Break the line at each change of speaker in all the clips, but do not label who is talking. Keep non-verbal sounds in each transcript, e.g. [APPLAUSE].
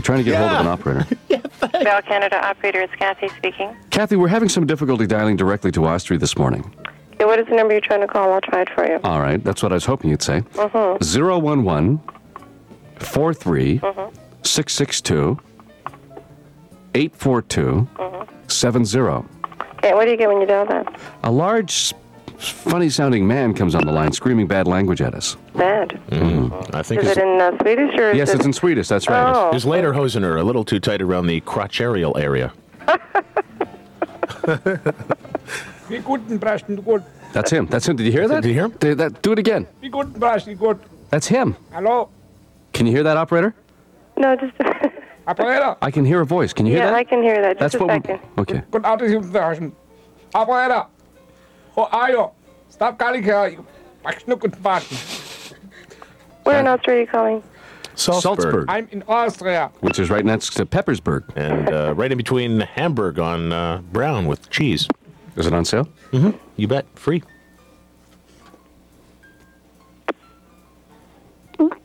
trying to get hold of an operator. [LAUGHS]
Bell Canada operator, it's Kathy speaking.
Kathy, we're having some difficulty dialing directly to Ostrey this morning.
Okay, what is the number you're trying to call? I'll try it for you.
All right, that's what I was hoping you'd say.
Mm-hmm.
Zero one one four three
Mm-hmm.
six six two eight four two
Mm-hmm.
seven zero.
Okay, what do you get when you dial that?
A large, funny sounding man comes on the line screaming bad language at us.
Bad.
I think
Is
his,
it in uh, Swedish or
Yes,
is
it's
it
in Swedish, that's right.
Oh.
his later hosen are a little too tight around the crotch aerial area.
Vi guten brasten gut.
That's him. That's him. Did you hear that?
Did you hear him?
Did that, do it again.
Vi guten brasten gut.
That's him.
Hello,
Can you hear that, operator?
No, just [LAUGHS]
operator.
I can hear a voice. Can you hear
Yeah,
that?
I can hear that.
That's
Just a
what.
second.
We, okay.
Good afternoon, Russian. Operator. Who are you? Oh, Stop calling her. you brasten guten brasten.
Where in Australia are you calling?
Salzburg.
Salzburg.
I'm in Austria.
Which is right next to Peppersburg.
And uh, right in between Hamburg on uh, Brown with cheese.
Is it on sale?
You bet. Free.
Okay,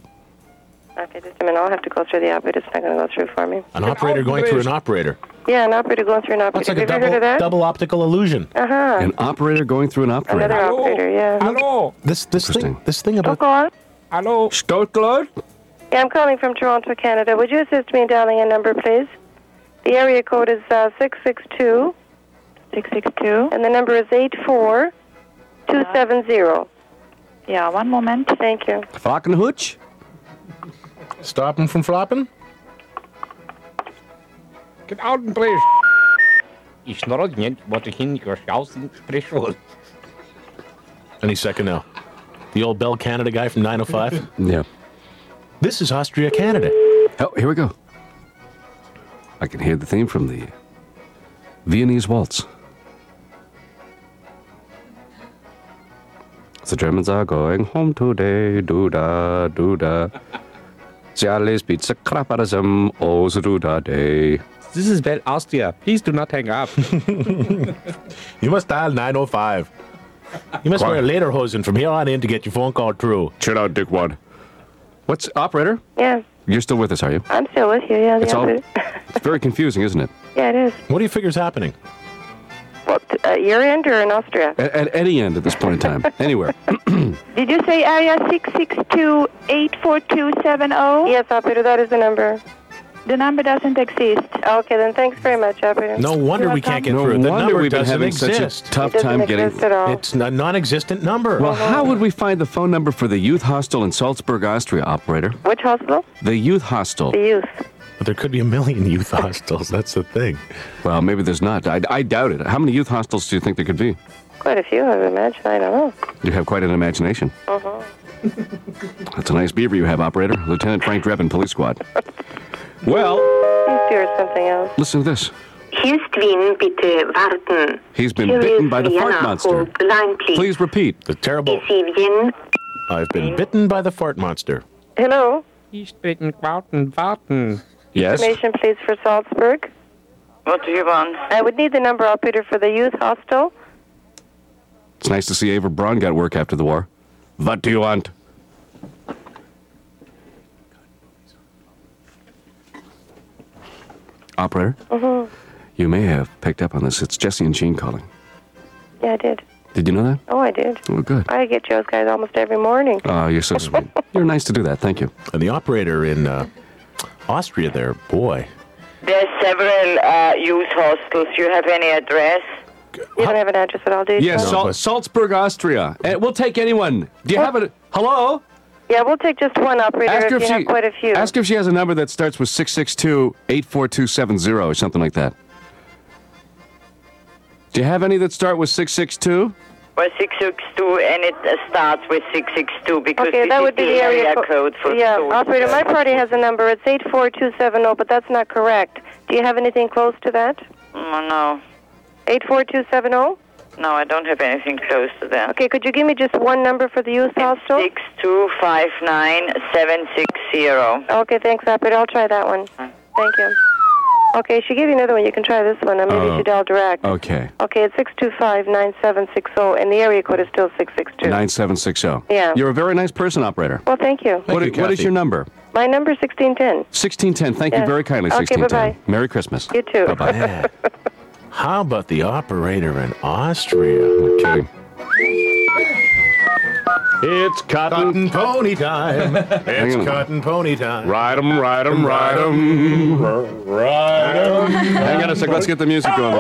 just a minute. I'll have to go through the operator. It's not going to go through for me.
An operator going through an operator.
Yeah, an operator going through an
That's
operator.
like a
Have you heard of
double,
that?
double optical illusion.
An operator going through an operator.
Another operator, yeah.
Hello,
This this thing
Interesting.
this thing
Oh,
about
go on.
hello.
Stuttgart?
Yeah, I'm calling from Toronto, Canada. Would you assist me in dialing a number, please? The area code is uh, 662,
662.
and the number is 84270.
Yeah, one moment.
Thank you.
Frackenhutsch?
stop him from flopping.
Get out and brasten.
Ich snarl niet wat ik in je schouwsteen spreekwoord.
Any second now. The old Bell Canada guy from 905.
Yeah.
this is Austria, Canada.
Oh, here we go. I can hear the theme from the Viennese Waltz. The Germans are going home today. Do da, do [LAUGHS] da. Sie alles pizza crap out of them. Oh, so do da day.
This is Bell Austria. Please do not hang up.
You must dial 905. You must wear later hosen from here on in to get your phone call through.
Chill out, dickwad. What's operator?
Yeah,
You're still with us, are you?
I'm still with you. Yeah, the
It's all.
operator.
It's very confusing, isn't it?
[LAUGHS] Yeah, it is.
What do you figure is happening?
What, uh, your end or in Austria?
At, at any end at this point in time, anywhere.
Did you say area 662 84270?
Yes, operator, that is the number.
oh? The number doesn't exist.
Okay, then thanks very much, operator.
No wonder we can't get
No
through. The
wonder
number
we've been
doesn't
having
exist.
such a tough
it doesn't
time getting.
exist at all.
it's a non-existent number.
Well, how would we find the phone number for the youth hostel in Salzburg, Austria, operator?
Which hospital?
The youth hostel.
The youth.
But there could be a million youth [LAUGHS] hostels. That's the thing.
Well, maybe there's not. I, I doubt it. How many youth hostels do you think there could be?
Quite a few, I would imagine. I don't know. Uh-huh.
You have quite an imagination. That's a nice beaver you have, operator. Lieutenant Frank Drebin, police squad. Well,
Please do or something else.
listen to this.
Hier ist Wien, bitte warten.
He's been
Here
bitten
is
by the fart
Vienna.
monster.
Hold the line, please.
Please repeat.
The terrible.
Is he Wien?
I've been bitten by the fart monster.
Hello.
Die spreken kwauten waten.
Yes.
Information, please, for Salzburg.
What do you want?
I would need the number operator for the youth hostel.
It's nice to see Ava Braun got work after the war. What do you want? Operator? You may have picked up on this. It's Jesse and Jean calling.
Yeah, I did.
Did you know that?
Oh, I did.
Oh, good.
I get you guys almost every morning.
Oh, you're so sweet. You're nice to do that. Thank you.
And the operator in uh, Austria there, boy.
There's several uh, youth hostels. You have any address?
You don't have an address at all, do you?
Yes, Sal-
John?
Salzburg, Austria. Eh, we'll take anyone. Do you have a. Hello?
Yeah, we'll take just one operator
Ask
if
her
you
if
have
she,
quite a few.
ask her if she has a number that starts with 662 84270 or something like that. Do you have any that start with 662?
Or 662, and it uh, starts with 662 because
okay,
this
that
is
would be
the area, code for
yeah,
social
operator, my party has a number. It's 84270, oh, but that's not correct. Do you have anything close to that?
Mm, No,
84270?
no, I don't have anything close to that.
oh? Okay, could you give me just one number for the youth hostel?
6259760.
Okay, thanks, operator. I'll try that one. Thank you. Okay, she gave you another one. You can try this one. Or maybe
Oh.
you should dial direct.
Okay.
Okay, it's 625-9760, oh, and the area code is still 662.
9760.
Yeah.
You're a very nice person, operator.
Well, thank you.
What,
you,
what is
Kathy.
your number?
My number 1610.
1610. Thank you
Yes.
very kindly,
Okay,
1610.
bye-bye.
Merry Christmas.
You too.
Bye bye.
Man. How about the operator in Austria?
Okay.
It's cotton, pony
[LAUGHS]
time.
Hang
It's
on.
cotton pony time.
Ride 'em, ride 'em, ride 'em. Hang on a sec. Let's get the music going.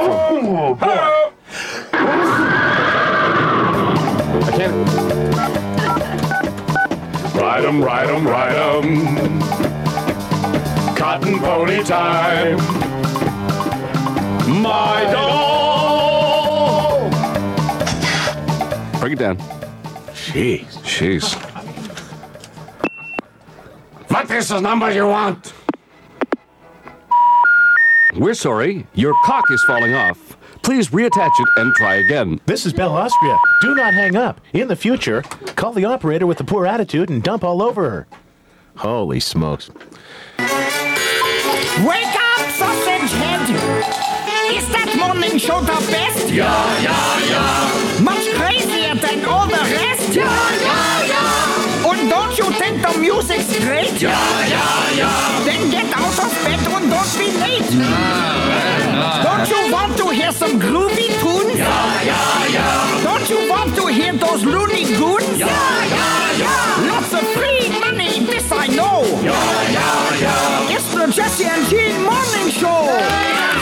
before- I can't. Ride 'em, ride 'em, ride 'em. Cotton pony time. My dog. Bring it down.
Jeez.
Jeez. What is the number you want? We're sorry, your cock is falling off. Please reattach it and try again.
This is Bell Austria. Do not hang up. In the future, call the operator with a poor attitude and dump all over her. Holy smokes.
Wake up, sausage head! Is that morning show the best? Yeah, yeah, yeah! Much crazier than all the rest? Yeah, yeah, yeah! And don't you think the music's great? Yeah, yeah, yeah! Then get out of bed and don't be late! Don't you want to hear some groovy tunes? Yeah, yeah, yeah! Don't you want to hear those loony goons? Yeah, yeah, yeah! Lots of free money, this I know! It's the Jesse and Gene Morning Show.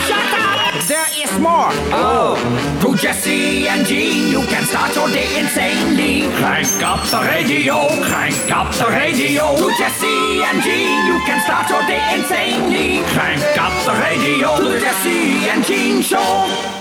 Shut up. There is more. Oh. To Jesse and Gene, you can start your day insanely. Crank up the radio. Crank up the radio. To Jesse and Gene, you can start your day insanely. Crank up the radio. To the Jesse and Gene Show.